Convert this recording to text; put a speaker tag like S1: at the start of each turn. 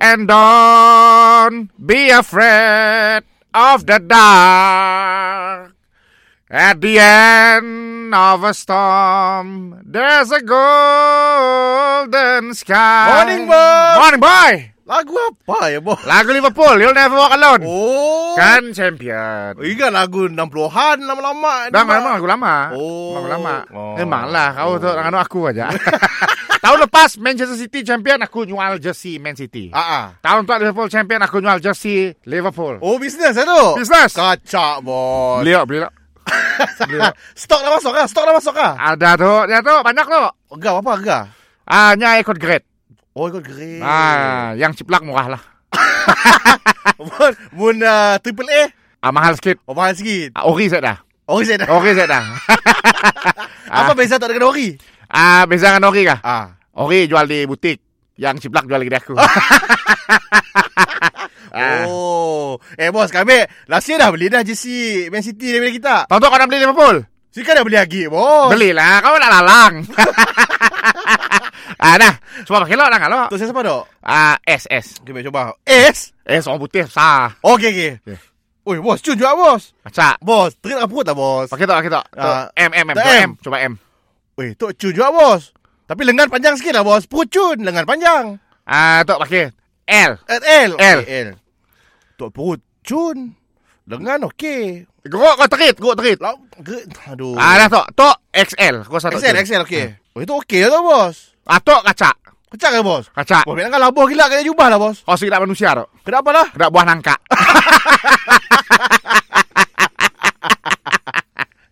S1: and don't be afraid of the dark. At the end of a storm, there's a golden sky.
S2: Morning, Bob!
S1: Morning, boy!
S2: Lagu apa ya, Bo?
S1: Lagu Liverpool, You'll Never Walk Alone.
S2: Oh.
S1: Kan champion.
S2: Ingat lagu 60-an lama-lama. ni,
S1: Dah
S2: Mak.
S1: memang lagu lama.
S2: Oh.
S1: Memang lama. Eh,
S2: Oh.
S1: Memanglah kau tu dengan aku aja. Tahun lepas Manchester City champion aku nyual jersey Man City.
S2: Ah, ah.
S1: Tahun tu Liverpool champion aku nyual jersey Liverpool.
S2: Oh, bisnes eh tu?
S1: Business.
S2: Kacak, Bo.
S1: Beli lah. tak, beli tak. Beli tak.
S2: Stok dah masuk kah? Stok dah masuk kah?
S1: Ada Ah, tu, dia tu banyak tu.
S2: Agak apa agak?
S1: Ah, nya ikut grade.
S2: Oh, ikut grade.
S1: Ah, yang ciplak murah lah.
S2: Mun, mun uh, triple A.
S1: Ah, mahal sikit.
S2: Oh, mahal sikit.
S1: Ah, ori saya dah.
S2: Ori saya dah.
S1: Ori saya dah.
S2: Apa beza tak dengan ori?
S1: Ah, beza dengan ori kah?
S2: Ah.
S1: Ori jual di butik. Yang ciplak jual di kedai aku. ah.
S2: Oh. Eh, bos, kami last year dah beli dah JC Man City daripada kita.
S1: Tahu tu kau nak beli Liverpool?
S2: Sekarang dah beli lagi, bos.
S1: Belilah, kau nak lalang. ah, nah, cuba pakai lo lah kalau.
S2: Tu saya siapa dok?
S1: Ah, S S.
S2: Okay, baik, cuba. S.
S1: S orang putih sah.
S2: Okey, okey.
S1: Yeah.
S2: Oi, bos, cun juga, bos.
S1: Macam
S2: Bos, terik dengan perut tak, bos?
S1: Pakai tak, pakai tak. Tu,
S2: Ah,
S1: M M M.
S2: tak,
S1: Cuba
S2: M.
S1: M. Cuba M.
S2: Oi, tu cun juga, bos. Tapi lengan panjang sikit lah, bos. Perut cun, lengan panjang.
S1: Ah, tu pakai L.
S2: Eh, L.
S1: L.
S2: Okey, L. Tu perut cun. Lengan okey.
S1: Geruk kau terit, geruk terit.
S2: Lau, ge, aduh.
S1: Ah, dah Ah. tu. Tu XL. Kau satu. tu.
S2: XL, XL, okey. Oi, tu okey lah tu, bos.
S1: Ah, tu kaca.
S2: Kecak ke, bos?
S1: Kaca.
S2: Bos, memang labuh gila kena jubah lah, bos.
S1: Kau sikit manusia tu.
S2: Kenapa lah?
S1: Kena buah nangka.